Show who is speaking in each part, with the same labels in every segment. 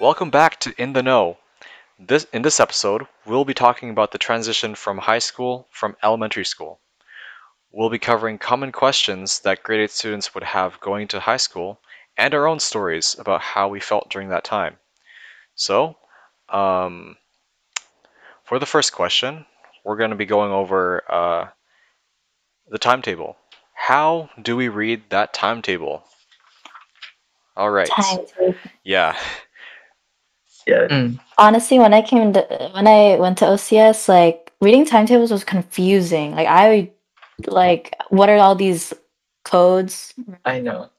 Speaker 1: Welcome back to In the Know. This in this episode, we'll be talking about the transition from high school from elementary school. We'll be covering common questions that grade 8 students would have going to high school and our own stories about how we felt during that time. So, um, for the first question, we're going to be going over uh, the timetable. How do we read that timetable? All right.
Speaker 2: Time.
Speaker 1: Yeah.
Speaker 3: Yeah.
Speaker 4: Mm.
Speaker 2: Honestly, when I came to, when I went to OCS, like reading timetables was confusing. Like I like what are all these codes?
Speaker 4: I know.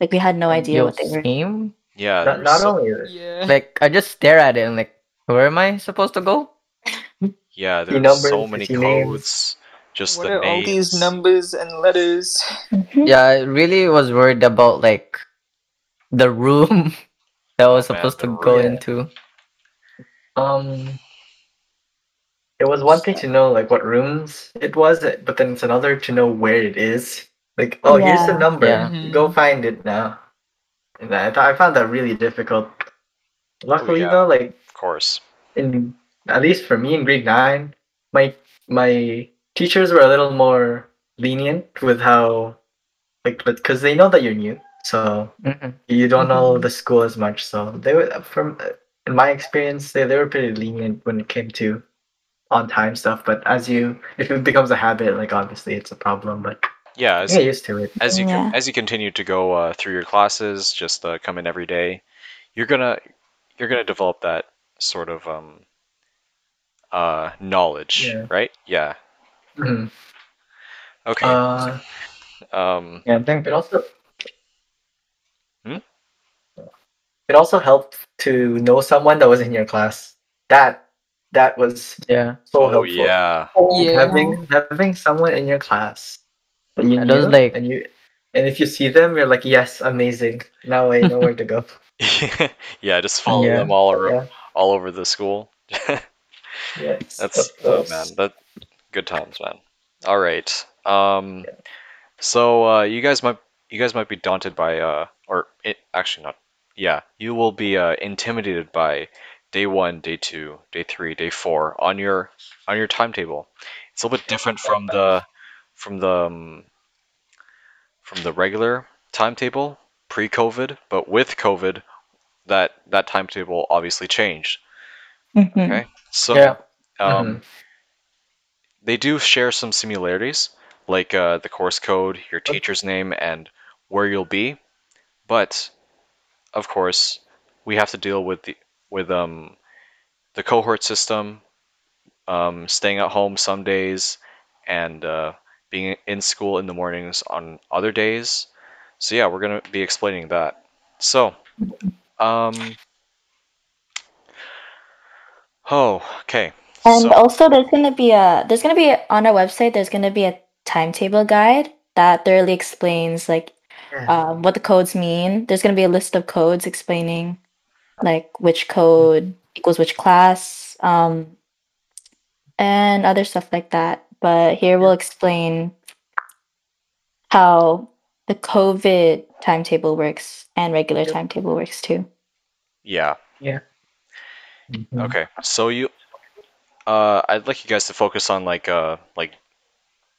Speaker 2: Like we had no idea what they were.
Speaker 4: Scheme?
Speaker 1: Yeah.
Speaker 3: Not,
Speaker 1: there's
Speaker 3: not
Speaker 1: so-
Speaker 3: only this,
Speaker 5: Yeah.
Speaker 4: Like I just stare at it and like, where am I supposed to go?
Speaker 1: Yeah, there
Speaker 3: The
Speaker 1: are so
Speaker 3: numbers,
Speaker 1: many
Speaker 3: the
Speaker 1: codes.
Speaker 3: names.
Speaker 1: Just
Speaker 5: what
Speaker 1: the
Speaker 5: are all
Speaker 1: names.
Speaker 5: these numbers and letters?
Speaker 2: Mhm.
Speaker 4: Yeah, I really was worried about like the room that I was
Speaker 1: Oh, man,
Speaker 4: supposed
Speaker 1: the
Speaker 4: to go
Speaker 3: room.
Speaker 4: into.
Speaker 3: um, it was one thing to know like what rooms it was, eh, but then it's another to know where it is. Like, oh, here's the
Speaker 2: Yeah.
Speaker 3: number.
Speaker 4: Yeah.
Speaker 3: Go find it now. And I, thought I found that really difficult. Luckily,
Speaker 1: Oh, yeah.
Speaker 3: though, like
Speaker 1: Of course.
Speaker 3: in at least for me in grade nine, my my teachers were a little more lenient with how, like, because they know that you're new, so
Speaker 4: Mhm.
Speaker 3: you don't know
Speaker 1: Mm-hmm.
Speaker 3: the school as much. So they were uh, from in my experience, they, they were pretty lenient when it came to on time stuff. But as you, if it becomes a habit, like obviously it's a problem. But
Speaker 1: Yeah,
Speaker 3: I
Speaker 1: as,
Speaker 3: get used to it.
Speaker 1: as you
Speaker 2: Yeah.
Speaker 1: con- as you continue to go uh, through your classes, just uh, come in every day, you're gonna you're gonna develop that sort of um, uh, knowledge,
Speaker 3: Yeah.
Speaker 1: right? Yeah.
Speaker 3: Mhm.
Speaker 1: Okay.
Speaker 3: Uh,
Speaker 1: um,
Speaker 3: yeah, I think it also.
Speaker 1: Hmm?
Speaker 3: It also helped to know someone that was in your class. That that was
Speaker 4: Yeah.
Speaker 3: so
Speaker 1: oh
Speaker 3: helpful.
Speaker 1: yeah.
Speaker 5: Yeah.
Speaker 3: having having someone in your class that you
Speaker 4: Yeah, those,
Speaker 3: knew,
Speaker 4: like-
Speaker 3: and you and if you see them you're like yes amazing now i know where to go
Speaker 1: yeah, just follow
Speaker 4: Yeah.
Speaker 1: them all over
Speaker 3: yeah,
Speaker 1: all over the school.
Speaker 3: yeah.
Speaker 1: That's
Speaker 3: So-
Speaker 1: oh, man, that good times, man. All right. Um, so uh, you guys might you guys might be daunted by uh, or it, actually not. Yeah, you will be uh, intimidated by day one, day two, day three, day four on your on your timetable. It's a little bit different from the from the um, from the regular timetable pre-COVID, but with COVID, that that timetable obviously changed.
Speaker 2: Mhm.
Speaker 1: Okay. So
Speaker 4: yeah.
Speaker 1: um,
Speaker 3: Mhm.
Speaker 1: they do share some similarities, like uh, the course code, your teacher's name, and where you'll be. But of course, we have to deal with the with um the cohort system, um, staying at home some days, and uh, being in school in the mornings on other days. So yeah, we're gonna be explaining that. So, um, oh, okay.
Speaker 2: And
Speaker 1: so,
Speaker 2: also, there's gonna be a there's gonna be on our website. There's gonna be a timetable guide that thoroughly explains like
Speaker 3: Mm-hmm. Yeah.
Speaker 2: um, what the codes mean. There's gonna be a list of codes explaining like which code equals which class, um, and other stuff like that. But here we'll explain how the COVID timetable works and regular
Speaker 3: Yep.
Speaker 2: timetable works too.
Speaker 1: yeah.
Speaker 3: Mhm.
Speaker 1: Okay, so you, uh, I'd like you guys to focus on like uh like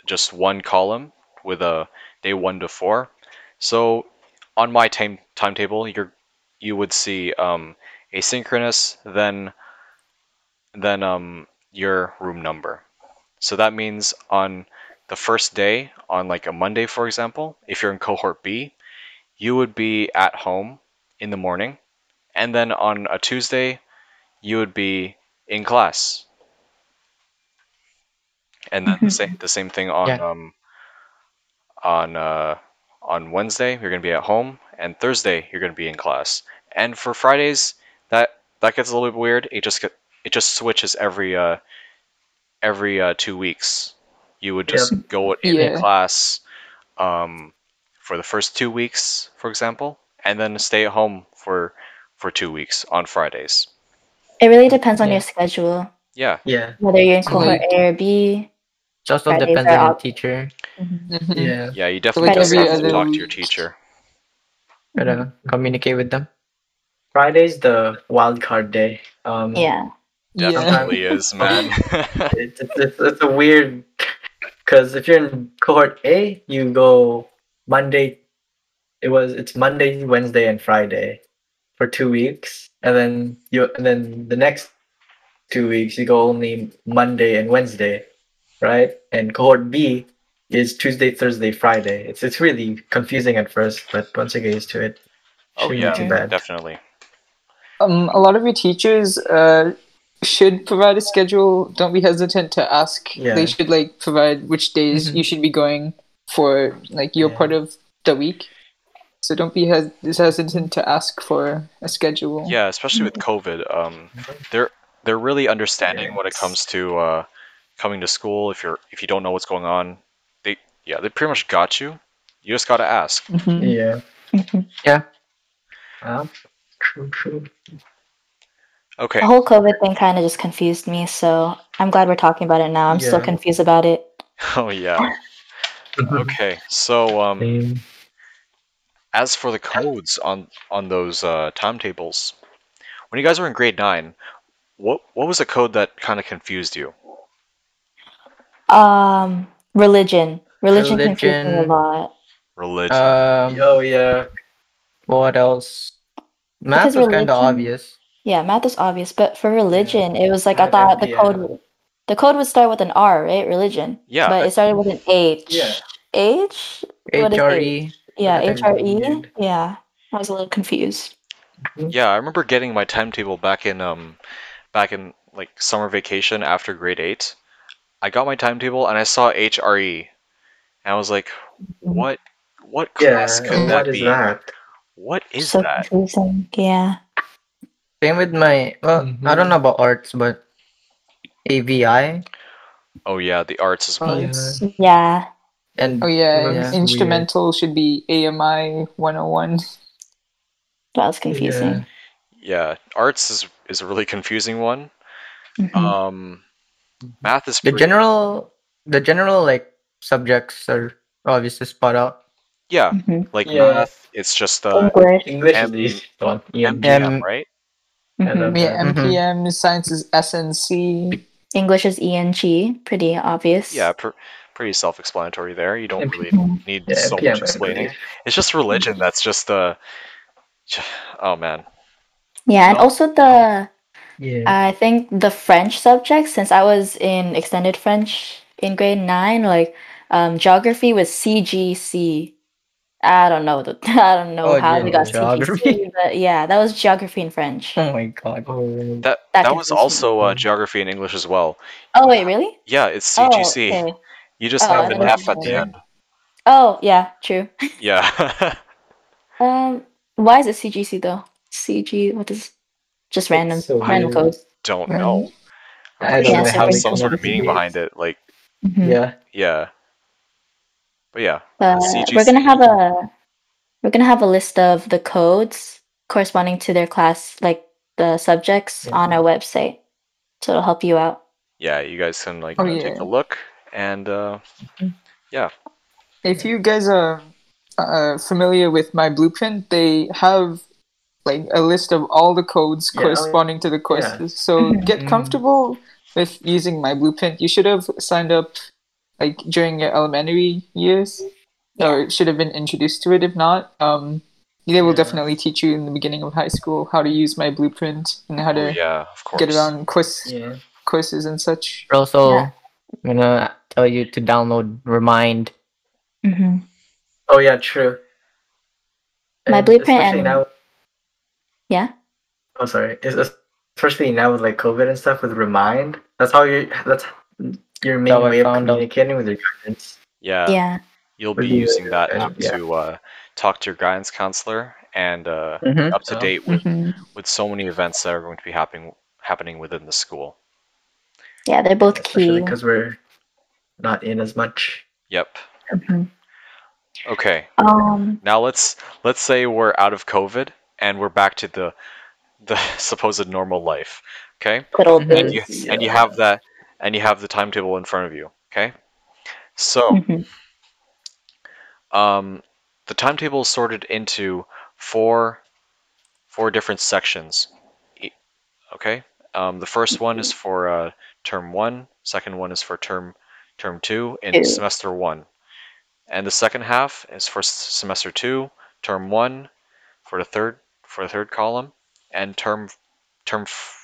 Speaker 1: just one column with a day one to four. So on my time timetable, you're you would see um asynchronous then then um your room number. So that means on the first day on like a Monday, for example, if you're in cohort B, you would be at home in the morning, and then on a Tuesday you would be in class. And then the same the same thing on
Speaker 4: Yeah.
Speaker 1: um, on uh, on Wednesday you're gonna be at home, and Thursday you're gonna be in class. And for Fridays that that gets a little bit weird. It just get, it just switches every uh, every uh, two weeks. You would
Speaker 3: Yeah.
Speaker 1: just go in
Speaker 5: Yeah.
Speaker 1: class um, for the first two weeks, for example, and then stay at home for for two weeks on Fridays.
Speaker 2: It really depends on
Speaker 4: Yeah.
Speaker 2: your schedule,
Speaker 1: Yeah,
Speaker 3: yeah
Speaker 2: whether you're in
Speaker 4: So,
Speaker 2: cohort
Speaker 4: like-
Speaker 2: A or B.
Speaker 4: It also
Speaker 2: Fridays
Speaker 4: depends
Speaker 2: are
Speaker 4: on your
Speaker 2: out.
Speaker 4: teacher.
Speaker 5: Mhm.
Speaker 3: yeah
Speaker 1: yeah, you definitely
Speaker 2: like
Speaker 1: just
Speaker 2: every
Speaker 1: have to
Speaker 2: other
Speaker 1: talk to your
Speaker 5: week.
Speaker 2: Mm-hmm.
Speaker 1: teacher.
Speaker 4: Gotta communicate with them.
Speaker 3: Friday's the wild card day. Um,
Speaker 2: Yeah.
Speaker 5: Yeah.
Speaker 1: Definitely is, man.
Speaker 3: it's, it's, it's, it's a weird because if you're in cohort A, you go Monday. It was it's Monday, Wednesday, and Friday for two weeks, and then you and then the next two weeks you go only Monday and Wednesday, right? And cohort B is Tuesday, Thursday, Friday. It's it's really confusing at first, but once you get used to it,
Speaker 1: oh
Speaker 3: shouldn't
Speaker 1: yeah,
Speaker 3: be too bad.
Speaker 1: definitely.
Speaker 5: Um, a lot of your teachers uh, should provide a schedule. Don't be hesitant to ask.
Speaker 3: Yeah.
Speaker 5: They should like provide which days
Speaker 3: Mhm.
Speaker 5: you should be going for like your
Speaker 3: Yeah.
Speaker 5: part of the week. So don't be hes- hesitant to ask for a schedule.
Speaker 1: Yeah, especially with COVID, um, they're they're really understanding when it
Speaker 3: Yes.
Speaker 1: comes to uh, coming to school. If you're if you don't know what's going on, they yeah they pretty much got you. You just gotta ask.
Speaker 5: Mhm.
Speaker 3: Yeah.
Speaker 2: Mhm.
Speaker 3: Well, true, true.
Speaker 1: Okay,
Speaker 2: The whole COVID thing kind of just confused me, so I'm glad we're talking about it now. I'm still
Speaker 3: Yeah.
Speaker 2: confused about it.
Speaker 1: oh yeah. Okay, so um,
Speaker 3: Same.
Speaker 1: as for the codes on on those uh, timetables, when you guys were in grade nine, what what was a code that kind of confused you?
Speaker 2: Um, religion. Religion, confused me a
Speaker 4: Religion.
Speaker 2: lot.
Speaker 1: Religion.
Speaker 4: Um,
Speaker 3: Oh yeah.
Speaker 4: what else? Math
Speaker 2: Because
Speaker 4: was kind
Speaker 2: religion-
Speaker 4: of obvious.
Speaker 2: Yeah, math is obvious, but for religion, it was like I
Speaker 3: Right,
Speaker 2: thought the
Speaker 3: yeah.
Speaker 2: code the code would start with an R, right? Religion.
Speaker 1: Yeah,
Speaker 2: But it started with an H.
Speaker 3: Yeah.
Speaker 2: H? What is
Speaker 4: HRE.
Speaker 2: Yeah,
Speaker 3: I think
Speaker 2: HRE.
Speaker 3: religion.
Speaker 2: Yeah. I was a little confused.
Speaker 1: Yeah, I remember getting my timetable back in um back in like summer vacation after grade 8. I got my timetable and I saw HRE. And I was like, "What what
Speaker 3: Yeah.
Speaker 1: class could
Speaker 3: and
Speaker 1: that
Speaker 3: What is
Speaker 1: be?
Speaker 3: that?
Speaker 1: What is
Speaker 2: so
Speaker 1: that?"
Speaker 2: confusing. Yeah.
Speaker 4: Same with my. Well, I don't know about arts, but AVI
Speaker 1: Oh yeah, the arts is
Speaker 4: Oh,
Speaker 1: well.
Speaker 4: yeah.
Speaker 2: Yeah.
Speaker 4: and
Speaker 5: Oh yeah,
Speaker 4: Yeah.
Speaker 5: and instrumental should be AMI 101.
Speaker 2: That was confusing.
Speaker 1: Yeah, arts is is a really confusing one.
Speaker 2: Mhm.
Speaker 3: Mm-hmm.
Speaker 1: Um math is
Speaker 4: the
Speaker 1: pretty-
Speaker 4: general, the general like subjects are obvious to spot out.
Speaker 1: Yeah,
Speaker 2: Mhm.
Speaker 1: like
Speaker 3: Yeah. Oh,
Speaker 1: math, it's just uh
Speaker 2: English.
Speaker 3: English
Speaker 1: M- E
Speaker 3: is easy one.
Speaker 1: MPM,
Speaker 4: Um,
Speaker 1: right?
Speaker 2: Mhm.
Speaker 3: and, uh,
Speaker 5: Yeah,
Speaker 4: Mhm.
Speaker 5: MPM, science is SNC.
Speaker 2: English is ENG. Pretty obvious.
Speaker 1: Yeah, pr- pretty self-explanatory there. You don't really
Speaker 2: Mhm.
Speaker 1: need
Speaker 3: Yeah,
Speaker 1: so
Speaker 3: MPM,
Speaker 1: much explaining.
Speaker 3: MPM.
Speaker 1: It's just religion that's just uh j- oh man.
Speaker 2: Yeah, and
Speaker 3: No.
Speaker 2: also the
Speaker 3: Yeah.
Speaker 2: I think the French subject, since I was in extended French in grade nine, like um, geography was CGC. I don't know. The, I don't know
Speaker 4: Oh,
Speaker 2: how
Speaker 4: yeah,
Speaker 2: we got
Speaker 4: geography.
Speaker 2: CGC, but yeah, that was geography in French.
Speaker 4: Oh my god. Mm.
Speaker 3: Oh,
Speaker 1: That that,
Speaker 2: That
Speaker 1: was
Speaker 2: confused
Speaker 1: also
Speaker 3: me.
Speaker 1: uh, geography in English as well.
Speaker 2: Oh wait, really?
Speaker 1: Yeah, it's
Speaker 2: Oh,
Speaker 1: CGC.
Speaker 2: okay.
Speaker 1: You just
Speaker 2: Oh,
Speaker 1: have
Speaker 2: I
Speaker 1: an
Speaker 2: didn't
Speaker 1: F at
Speaker 2: know
Speaker 1: the
Speaker 3: that.
Speaker 1: end.
Speaker 2: Oh yeah, true.
Speaker 1: Yeah.
Speaker 2: Um, why is it CGC though? CG. What is? Just random,
Speaker 3: so
Speaker 2: random
Speaker 3: weird.
Speaker 2: codes.
Speaker 1: don't
Speaker 5: Right.
Speaker 1: know.
Speaker 3: I
Speaker 2: don't know how
Speaker 1: there's
Speaker 2: they
Speaker 1: some
Speaker 3: come
Speaker 1: sort
Speaker 3: up
Speaker 1: of
Speaker 3: with
Speaker 1: meaning
Speaker 3: these.
Speaker 1: behind it. Like
Speaker 2: Mhm.
Speaker 3: yeah.
Speaker 1: yeah. But yeah.
Speaker 2: Uh, we're
Speaker 1: CGC.
Speaker 2: gonna have a we're gonna have a list of the codes corresponding to their class, like the subjects,
Speaker 1: Mm-hmm.
Speaker 3: Yeah.
Speaker 2: on our website. So it'll help you out.
Speaker 1: Yeah, you guys can like
Speaker 5: Oh,
Speaker 1: uh, take
Speaker 5: yeah.
Speaker 1: a look and uh
Speaker 5: If you guys are uh, familiar with my blueprint, they have like a list of all the codes
Speaker 3: Yeah, oh, yeah. Mm.
Speaker 5: corresponding to the courses. So
Speaker 2: Mhm.
Speaker 5: get comfortable with using my blueprint. You should have signed up like during your elementary years, or should have been introduced to it. If not, um, they will
Speaker 3: Yeah.
Speaker 5: definitely teach you in the beginning of high school how to use my blueprint and how
Speaker 1: oh,
Speaker 5: to
Speaker 1: yeah, of course.
Speaker 5: get around course
Speaker 3: Yeah.
Speaker 5: courses and such.
Speaker 4: We're also
Speaker 2: Yeah.
Speaker 4: I'm gonna tell you to download Remind.
Speaker 2: Mm-hmm.
Speaker 3: Oh yeah, true.
Speaker 2: My
Speaker 3: And
Speaker 2: blueprint
Speaker 3: especially
Speaker 2: and-
Speaker 3: now.
Speaker 2: Yeah.
Speaker 3: Oh, sorry. It's- it's- Especially now with like COVID and stuff, with Remind, that's how you. That's your main
Speaker 4: How I
Speaker 3: way of
Speaker 4: found out.
Speaker 3: communicating with your parents.
Speaker 1: Yeah.
Speaker 2: Yeah.
Speaker 1: You'll
Speaker 3: Would
Speaker 1: be
Speaker 3: be,
Speaker 1: using that
Speaker 3: uh,
Speaker 1: app
Speaker 3: yeah.
Speaker 1: to uh, talk to your guidance counselor and uh,
Speaker 4: Mm-hmm.
Speaker 1: up to
Speaker 3: Oh.
Speaker 1: date with, with so many events that are going to be happening happening within the school.
Speaker 2: Yeah, they're both
Speaker 3: Especially
Speaker 2: key.
Speaker 3: because we're not in as much.
Speaker 1: Yep.
Speaker 2: Mhm.
Speaker 1: Okay.
Speaker 2: Um,
Speaker 1: Now let's let's say we're out of COVID and we're back to the the supposed normal life. Okay?
Speaker 2: good old
Speaker 4: Mhm.
Speaker 1: And you
Speaker 2: days.
Speaker 1: and you have that and you have the timetable in front of you. Okay? So
Speaker 2: Mhm.
Speaker 1: um the timetable is sorted into four four different sections. E- Okay. Um, the first one is for uh, term one. Second one is for term term two in
Speaker 2: Two.
Speaker 1: semester one, and the second half is for s- semester two, term one, for the third for the third column, and term term f-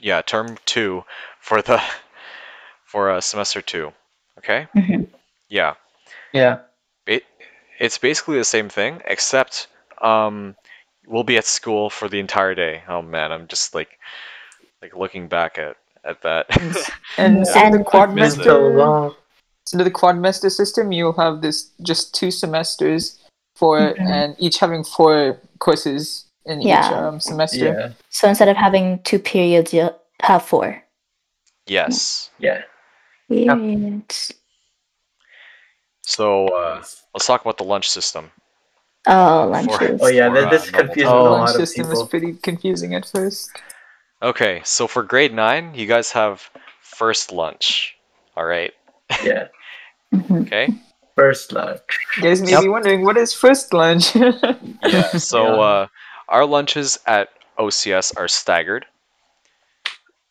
Speaker 1: yeah term two for the for uh, semester two. Okay.
Speaker 2: Mhm.
Speaker 1: Yeah
Speaker 4: Yeah.
Speaker 1: it, it's basically the same thing except um, we'll be at school for the entire day oh man i'm just like like looking back at at that
Speaker 5: And so
Speaker 2: And
Speaker 5: the
Speaker 1: It's
Speaker 5: quadmaster,
Speaker 1: been
Speaker 3: so long.
Speaker 5: so the quadmaster system, you'll have this just two semesters for,
Speaker 2: Mhm.
Speaker 5: and each having four courses in each
Speaker 2: Yeah.
Speaker 5: um, semester.
Speaker 3: Yeah.
Speaker 2: So instead of having two periods, you'll have four.
Speaker 1: yes
Speaker 3: Yeah.
Speaker 2: Periods.
Speaker 1: so uh, let's talk about the lunch system
Speaker 2: Oh,
Speaker 1: For-
Speaker 2: lunches.
Speaker 3: Oh yeah,
Speaker 1: For,
Speaker 3: th-
Speaker 1: uh,
Speaker 3: this
Speaker 1: normal
Speaker 3: confused a
Speaker 4: time. Oh.
Speaker 5: Lunch
Speaker 3: lot of
Speaker 5: system is
Speaker 3: people.
Speaker 5: pretty confusing at first.
Speaker 1: okay so for grade 9 you guys have first lunch all right
Speaker 3: Yeah.
Speaker 2: Mhm.
Speaker 1: okay
Speaker 3: First lunch.
Speaker 5: You guys may
Speaker 4: Yep.
Speaker 5: be wondering what is first lunch.
Speaker 1: yeah so
Speaker 3: Yeah.
Speaker 1: uh, our lunches at ocs are staggered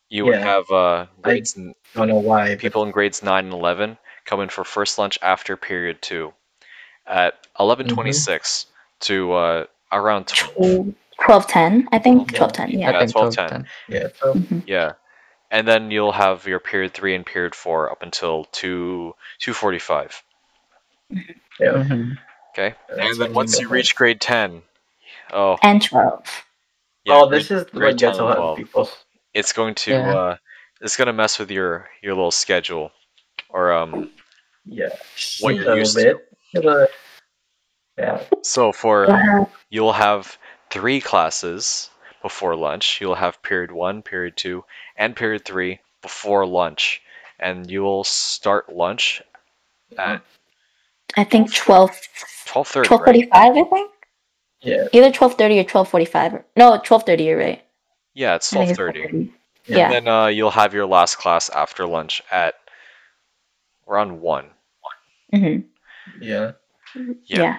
Speaker 1: you would
Speaker 3: Yeah.
Speaker 1: have uh, grades n-
Speaker 3: Don't know why. but-
Speaker 1: people in grades 9 and 11 come in for first lunch after period 2 at 11.26
Speaker 3: Mm-hmm.
Speaker 1: to uh, around 12
Speaker 2: 1210, I think.
Speaker 3: Yeah.
Speaker 2: 1210, yeah.
Speaker 1: Yeah.
Speaker 4: I think
Speaker 1: 12,
Speaker 4: 12,
Speaker 1: 10.
Speaker 3: Yeah. So
Speaker 1: yeah and then you'll have your period 3 and period 4 up until 2 2.45
Speaker 3: yeah.
Speaker 4: 10.
Speaker 1: okay
Speaker 3: that's
Speaker 1: and
Speaker 3: when
Speaker 1: then once
Speaker 3: go
Speaker 1: you
Speaker 3: home.
Speaker 1: reach grade 10 oh
Speaker 2: And 12.
Speaker 1: yeah,
Speaker 3: oh, this
Speaker 1: grade-
Speaker 3: is
Speaker 1: grade
Speaker 3: what gets
Speaker 1: 10
Speaker 3: a lot
Speaker 1: well.
Speaker 3: of people.
Speaker 1: it's going to
Speaker 4: Yeah.
Speaker 1: uh, it's going to mess with your your little schedule or um
Speaker 3: Yeah.
Speaker 1: What
Speaker 3: a
Speaker 1: you
Speaker 3: little
Speaker 1: used to.
Speaker 3: bit. Little- Yeah.
Speaker 1: so for
Speaker 2: Wow.
Speaker 1: You'll have three classes before lunch. You'll have period one, period two, and period three before lunch. And you will start lunch at
Speaker 2: I think 12,
Speaker 1: 12.30, right?
Speaker 2: 1245, I think.
Speaker 3: Yeah.
Speaker 2: Either 1230 or 1245. or- No, 1230, you're right.
Speaker 1: Yeah, it's
Speaker 2: I think it's
Speaker 1: 12.30.
Speaker 2: 12:30.
Speaker 3: Yeah.
Speaker 2: Yeah.
Speaker 1: And then uh, you'll have your last class after lunch at around 1.
Speaker 2: hmm
Speaker 3: Yeah.
Speaker 1: Yeah.
Speaker 2: Yeah.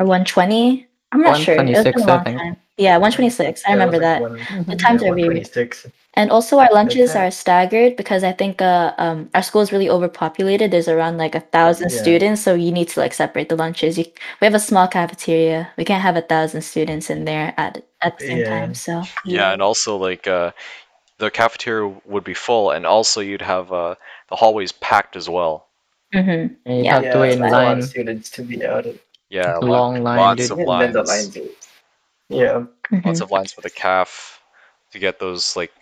Speaker 2: Or 120. I'm not sure. It was
Speaker 4: 126,
Speaker 2: been a
Speaker 4: I
Speaker 2: long
Speaker 4: think.
Speaker 2: time. Yeah, 126. I remember that. The times are weird.
Speaker 3: 26.
Speaker 2: And also, our lunches
Speaker 3: that.
Speaker 2: are staggered because I think uh, um, our school is really overpopulated. There's around like a thousand
Speaker 3: Yeah.
Speaker 2: students, so you need to like separate the lunches. You, we have a small cafeteria. We can't have a thousand students in there at at the same
Speaker 3: Yeah.
Speaker 2: time. So
Speaker 1: Yeah, and also, like, uh, the cafeteria would be full, and also you'd have uh, the hallways packed as well.
Speaker 2: Mhm.
Speaker 4: And you
Speaker 2: Yeah.
Speaker 4: have to wait in
Speaker 3: there's a lot
Speaker 4: line.
Speaker 3: of students to be out. Of,
Speaker 1: Yeah, lot-
Speaker 4: Long line,
Speaker 1: lots
Speaker 4: dude.
Speaker 1: of
Speaker 3: and
Speaker 1: lines.
Speaker 3: then the lines. are- Yeah.
Speaker 1: lots
Speaker 2: Mhm.
Speaker 1: of lines for the calf to get those like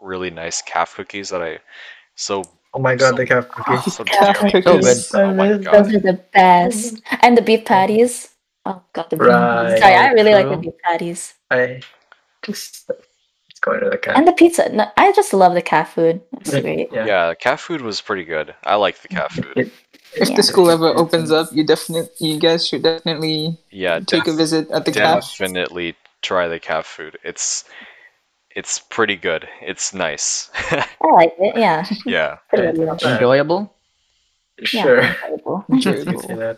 Speaker 1: really nice calf cookies that I so
Speaker 3: Oh my
Speaker 1: So-
Speaker 3: god, they have cookies.
Speaker 1: so
Speaker 2: Calf
Speaker 1: dearly
Speaker 5: cookies.
Speaker 1: miss.
Speaker 3: So
Speaker 1: Oh my
Speaker 3: good.
Speaker 1: god.
Speaker 2: those are the best. And the beef patties. Oh god, the beef patties.
Speaker 3: Right.
Speaker 2: Sorry, I really like the
Speaker 4: True.
Speaker 2: beef patties
Speaker 3: I just let's go to the cat.
Speaker 2: and the pizza. No, I just love the cat food. It's great.
Speaker 1: Mm-hmm. Yeah.
Speaker 3: Yeah.
Speaker 1: calf food was pretty good. I like the calf food.
Speaker 5: if
Speaker 2: Yeah.
Speaker 5: the school ever opens up, you definitely, you guys should definitely
Speaker 1: Yeah,
Speaker 5: take a visit at the calf.
Speaker 1: definitely try the calf food. It's it's pretty good. It's nice.
Speaker 2: I like it. Yeah,
Speaker 1: yeah.
Speaker 2: pretty good.
Speaker 4: Enjoyable?
Speaker 3: Sure.
Speaker 2: Incredible.
Speaker 3: You can say that.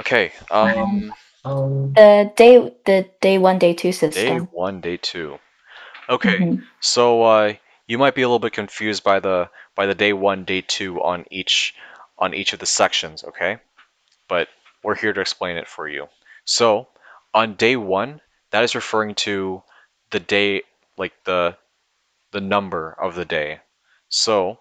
Speaker 1: Okay. Um
Speaker 3: Um,
Speaker 2: the day the day one day two
Speaker 1: day
Speaker 2: system
Speaker 1: 1, day 2. Okay.
Speaker 2: Mhm.
Speaker 1: So uh, you might be a little bit confused by the by the day one, day two on each on each of the sections, okay? But we're here to explain it for you. So on day one, that is referring to the day, like the the number of the day. So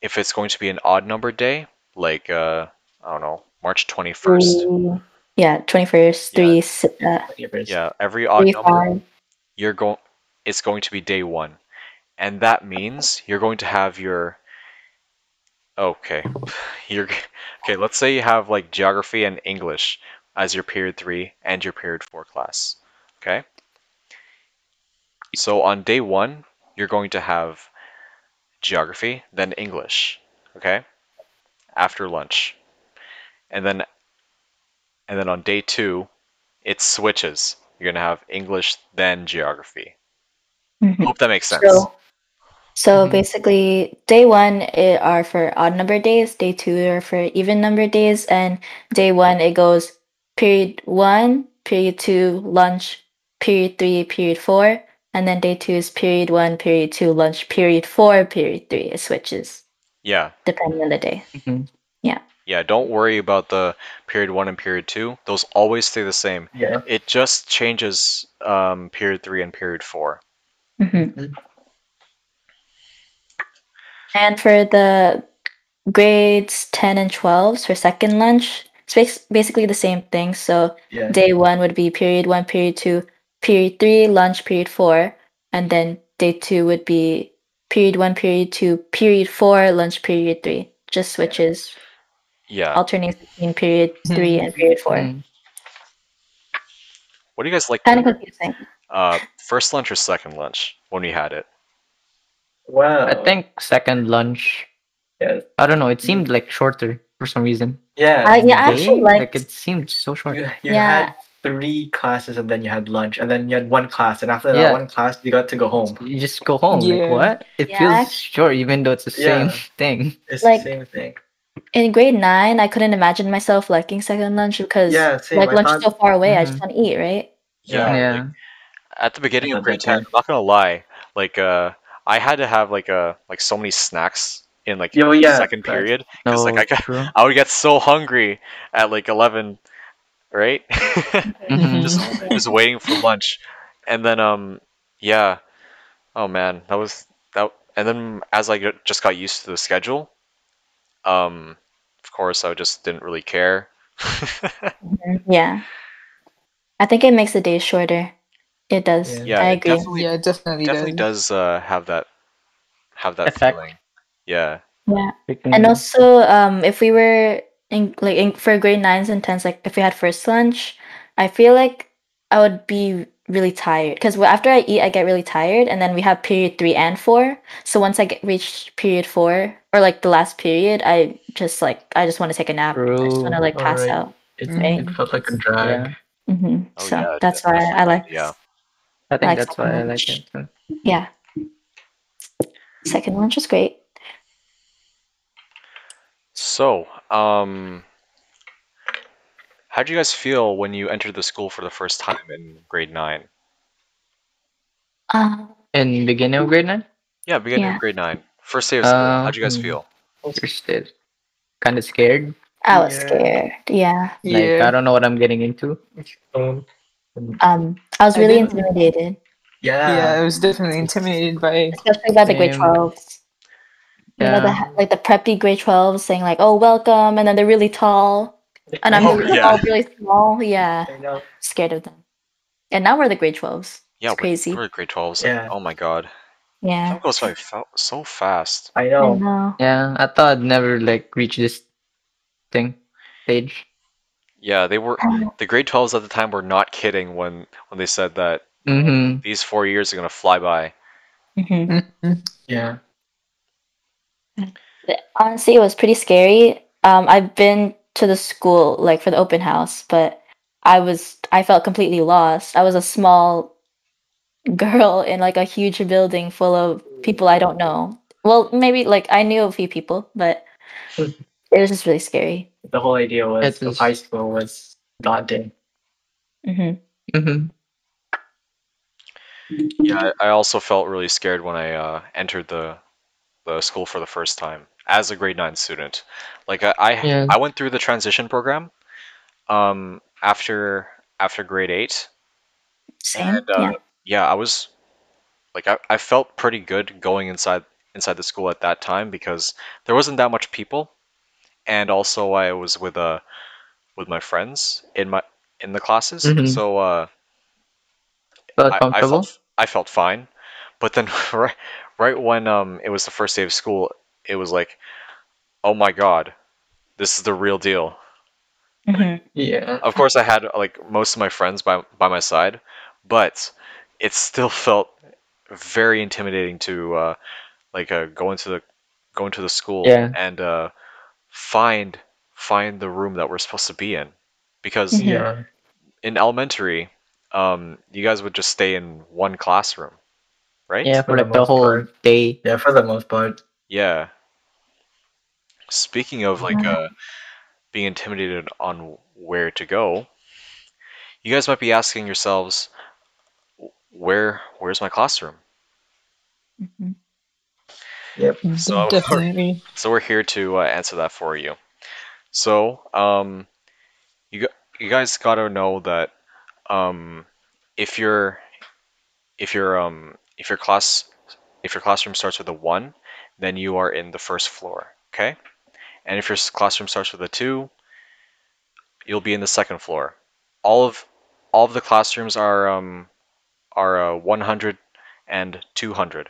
Speaker 1: if it's going to be an odd number day, like uh, I don't know, March twenty first.
Speaker 2: Ooh. yeah 21st
Speaker 1: Yeah.
Speaker 2: three si uh,
Speaker 1: Yeah, every odd
Speaker 2: three
Speaker 1: number
Speaker 2: five
Speaker 1: you're going it's going to be day one and that means you're going to have your okay you're okay let's say you have like geography and english as your period three and your period four class okay so on day one you're going to have geography then english okay after lunch and then and then on day two it switches you're going to have english then geography
Speaker 2: Mhm.
Speaker 1: hope that makes sense
Speaker 2: so so
Speaker 4: Mhm.
Speaker 2: basically day one it are for odd number days day two are for even number days and day one it goes period one period two, lunch, period three, period four. And then day two is period one, period two, lunch, period four, period three. It switches
Speaker 1: Yeah,
Speaker 2: depending on the day.
Speaker 1: yeah. Don't worry about the period one and period two. Those always stay the same.
Speaker 3: Yeah.
Speaker 1: It just changes um, period three and period four.
Speaker 2: hmm And for the grades 10 and 12s for second lunch, it's bas- basically the same thing. So
Speaker 3: Yeah.
Speaker 2: day one would be period one, period two, period three, lunch, period four. And then day two would be period one, period two, period four, lunch, period three. Just switches,
Speaker 1: Yeah. Mm-hmm.
Speaker 2: alternates between period three and period four.
Speaker 5: Mm.
Speaker 1: What do you guys like?
Speaker 2: Kind of confusing.
Speaker 1: Uh, first lunch or second lunch when we had it?
Speaker 3: Wow.
Speaker 4: I think second lunch.
Speaker 3: Yeah.
Speaker 4: I don't know. It seemed like shorter for some reason.
Speaker 3: Yeah.
Speaker 2: I, yeah, I
Speaker 4: Day?
Speaker 2: actually liked
Speaker 4: it seemed so short.
Speaker 3: You, you
Speaker 2: Yeah.
Speaker 3: had three classes and then you had lunch and then you had one class and after
Speaker 4: Yeah.
Speaker 3: that one class you got to go home.
Speaker 4: You just go home.
Speaker 5: Yeah.
Speaker 4: Like what? It
Speaker 2: Yeah,
Speaker 4: feels
Speaker 2: act-
Speaker 4: short, even though it's the
Speaker 3: Yeah.
Speaker 4: same thing.
Speaker 3: It's
Speaker 2: Like-
Speaker 3: the same thing.
Speaker 2: in grade nine, I couldn't imagine myself liking second lunch because
Speaker 3: Yeah, same.
Speaker 2: like
Speaker 3: I
Speaker 2: lunch is
Speaker 3: thought-
Speaker 2: so far away.
Speaker 1: Mm-hmm.
Speaker 2: I just want to eat, right?
Speaker 1: Yeah.
Speaker 4: yeah.
Speaker 1: like, at the beginning
Speaker 3: Yeah,
Speaker 1: of grade
Speaker 3: that
Speaker 1: ten,
Speaker 3: time.
Speaker 1: I'm not gonna lie. Like, uh, I had to have like uh, like so many snacks in like
Speaker 3: Yo, Oh, yeah,
Speaker 1: second
Speaker 3: right.
Speaker 1: period because like I got,
Speaker 4: true.
Speaker 1: I would get so hungry at like eleven, right?
Speaker 2: Mm-hmm.
Speaker 4: Mhm.
Speaker 1: just just waiting for lunch, and then um yeah, oh man, that was that. And then as I get- just got used to the schedule, um, of course I just didn't really care.
Speaker 2: Yeah. I think it makes the days shorter. It does.
Speaker 3: Yeah.
Speaker 1: Yeah,
Speaker 2: I
Speaker 1: it
Speaker 2: agree.
Speaker 1: definitely
Speaker 5: Yeah, it definitely,
Speaker 1: definitely
Speaker 5: does.
Speaker 1: does uh, have that have that
Speaker 4: Effect.
Speaker 1: feeling. Yeah.
Speaker 2: Yeah.
Speaker 4: Freaking-
Speaker 2: And also, um, if we were in like in, for grade nines and tens, like if we had first lunch, I feel like I would be really tired because after I eat, I get really tired, and then we have period three and four. So once I get reached period four or like the last period, I just like I just want to take a nap. I just want to
Speaker 4: True.
Speaker 2: like pass
Speaker 3: Alright.
Speaker 2: out.
Speaker 3: It,
Speaker 5: Mm.
Speaker 3: it felt like a drag.
Speaker 4: Yeah.
Speaker 2: hmm
Speaker 1: Oh,
Speaker 2: so
Speaker 1: yeah,
Speaker 2: that's why
Speaker 1: definitely.
Speaker 2: I like
Speaker 1: Yeah.
Speaker 4: I think
Speaker 2: Like
Speaker 4: that's why I
Speaker 2: second lunch.
Speaker 4: like it. too.
Speaker 2: yeah. Second lunch was great.
Speaker 1: So, um, how do you guys feel when you entered the school for the first time in grade nine?
Speaker 2: Uh,
Speaker 4: In beginning of grade nine,
Speaker 1: Yeah, beginning
Speaker 2: Yeah. Um,
Speaker 1: of grade nine, first day of school.
Speaker 4: Uh,
Speaker 1: how do you guys
Speaker 4: hmm.
Speaker 1: feel?
Speaker 4: you're still kind of scared.
Speaker 2: I was
Speaker 3: Yeah.
Speaker 2: scared. Yeah.
Speaker 4: Like I
Speaker 5: Yeah.
Speaker 4: don't know what I'm getting into.
Speaker 3: Um,
Speaker 2: Um, I was
Speaker 5: I
Speaker 2: really
Speaker 5: didn't-
Speaker 2: intimidated,
Speaker 3: yeah.
Speaker 5: Yeah, I was definitely intimidated by
Speaker 2: especially by the grade
Speaker 4: Same.
Speaker 2: twelves. You know,
Speaker 4: Yeah.
Speaker 2: the, like the preppy grade twelves saying like, "Oh, welcome," and then they're really tall, and I'm
Speaker 1: Oh,
Speaker 2: really
Speaker 1: yeah.
Speaker 2: tall, really small. Yeah,
Speaker 3: I know.
Speaker 2: scared of them. And now we're the grade twelves.
Speaker 1: Yeah,
Speaker 2: it's
Speaker 1: we're,
Speaker 2: crazy.
Speaker 1: we're grade twelve. Like,
Speaker 3: Yeah.
Speaker 1: Oh my god,
Speaker 2: Yeah,
Speaker 1: time goes by fa- so fast.
Speaker 3: I
Speaker 2: I
Speaker 3: know.
Speaker 1: Oh.
Speaker 2: know.
Speaker 4: Yeah. I thought I'd never like reach this thing stage.
Speaker 1: Yeah, they were the grade twelves at the time were not kidding when when they said that
Speaker 4: Mm-hmm.
Speaker 1: these four years are gonna fly by.
Speaker 2: Mhm.
Speaker 3: Yeah.
Speaker 2: Honestly, it was pretty scary. Um, I've been to the school like for the open house, but I was I felt completely lost. I was a small girl in like a huge building full of people I don't know. Well, maybe like I knew a few people, but it was just really scary.
Speaker 3: The whole idea was
Speaker 4: It's
Speaker 3: of
Speaker 4: just-
Speaker 3: high school was daunting.
Speaker 2: hmm
Speaker 4: Mm-hmm.
Speaker 1: Yeah, I, I also felt really scared when I uh, entered the the school for the first time as a grade nine student. Like I I,
Speaker 4: Yeah.
Speaker 1: I went through the transition program um, after after grade eight,
Speaker 2: Same.
Speaker 1: and uh,
Speaker 2: yeah.
Speaker 1: yeah. I was like I, I felt pretty good going inside inside the school at that time because there wasn't that much people, and also I was with uh with my friends in my in the classes,
Speaker 4: Mhm.
Speaker 1: so uh,
Speaker 4: Felt
Speaker 1: I, I
Speaker 4: comfortable.
Speaker 1: felt I felt fine, but then right right when um it was the first day of school, it was like, oh my god, this is the real deal.
Speaker 2: Mhm.
Speaker 3: Yeah.
Speaker 1: Of course, I had like most of my friends by by my side, but it still felt very intimidating to uh, like uh, go into the go into the school
Speaker 4: Yeah.
Speaker 1: and uh, find find the room that we're supposed to be in, because
Speaker 2: Mhm.
Speaker 3: Yeah.
Speaker 1: in elementary, um, you guys would just stay in one classroom, right?
Speaker 4: yeah,
Speaker 3: for
Speaker 4: for
Speaker 3: the
Speaker 4: like the
Speaker 3: most
Speaker 4: whole
Speaker 3: part.
Speaker 4: day.
Speaker 3: Yeah, for the most part.
Speaker 1: Yeah. Speaking of like
Speaker 2: Yeah.
Speaker 1: uh, being intimidated on where to go, You guys might be asking yourselves, where where's my classroom?
Speaker 2: Mhm.
Speaker 1: So-
Speaker 5: Definitely.
Speaker 1: So we're here to uh, answer that for you. So um, you gu- you guys gotta know that um, if your if your um if your class if your classroom starts with a one, then you are in the first floor. Okay, and if your s- classroom starts with a two, you'll be in the second floor. All of all of the classrooms are um are uh, 100 and 200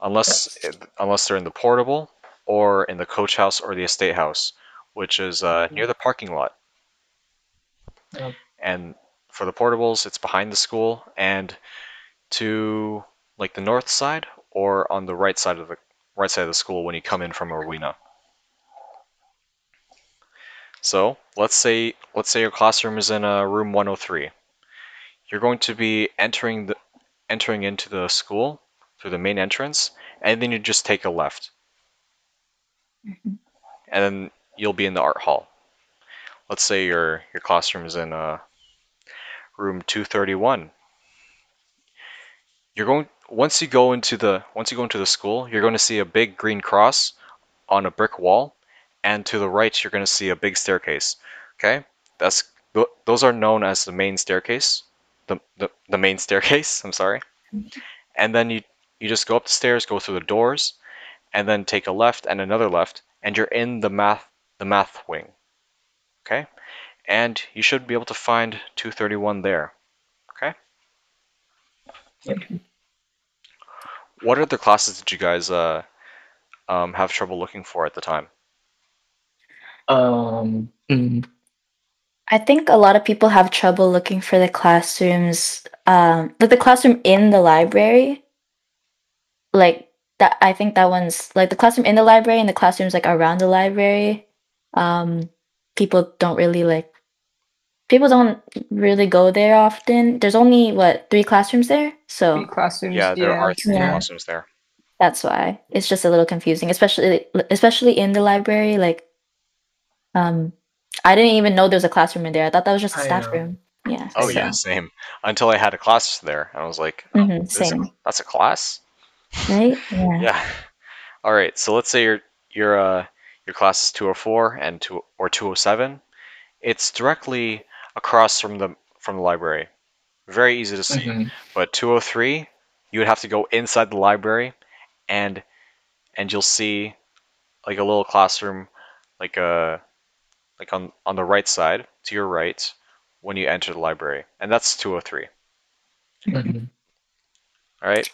Speaker 1: unless unless they're in the portable or in the coach house or the estate house, which is uh, near the parking lot.
Speaker 3: Yep.
Speaker 1: And for the portables, it's behind the school and to like the north side or on the right side of the right side of the school when you come in from Rowena. So let's say let's say your classroom is in uh, room 103. You're going to be entering the entering into the school through the main entrance, and then you just take a left and then you'll be in the art hall. Let's say your your classroom is in uh, room 231. You're going once you go into the once you go into the school, you're going to see a big green cross on a brick wall, and to the right you're going to see a big staircase. Okay, that's tho- those are known as the main staircase, the the, the main staircase. I'm sorry, and then you you just go up the stairs, go through the doors, and then take a left and another left, and you're in the math the math wing. Okay, and you should be able to find 231 there. Okay. What other classes did you guys uh, um, have trouble looking for at the time?
Speaker 3: Um,
Speaker 4: Mm-hmm.
Speaker 3: mm,
Speaker 2: I think a lot of people have trouble looking for the classrooms, um, like the classroom in the library. Like that, I think that one's like the classroom in the library and the classrooms like around the library. Um, people don't really like. People don't really go there often. There's only what three classrooms there,
Speaker 5: Three
Speaker 2: so
Speaker 5: classrooms.
Speaker 1: Yeah, there are three
Speaker 2: Yeah.
Speaker 1: classrooms there.
Speaker 2: that's why it's just a little confusing, especially especially in the library. Like, um, I didn't even know there was a classroom in there. I thought that was just a
Speaker 3: I
Speaker 2: staff
Speaker 3: know.
Speaker 2: room. Yeah.
Speaker 1: Oh
Speaker 2: so-
Speaker 1: yeah, same. Until I had a class there, I was like, oh,
Speaker 2: Mhm,
Speaker 1: this is a-
Speaker 2: same,
Speaker 1: that's a class.
Speaker 2: right? Yeah.
Speaker 1: Yeah. All right. So let's say your your uh, your class is 204 and two or 207. It's directly across from the from the library. Very easy to see.
Speaker 3: mhm.
Speaker 1: But 203, you would have to go inside the library, and and you'll see like a little classroom, like a like on on the right side to your right when you enter the library, and that's 203.
Speaker 3: Mhm.
Speaker 1: All right.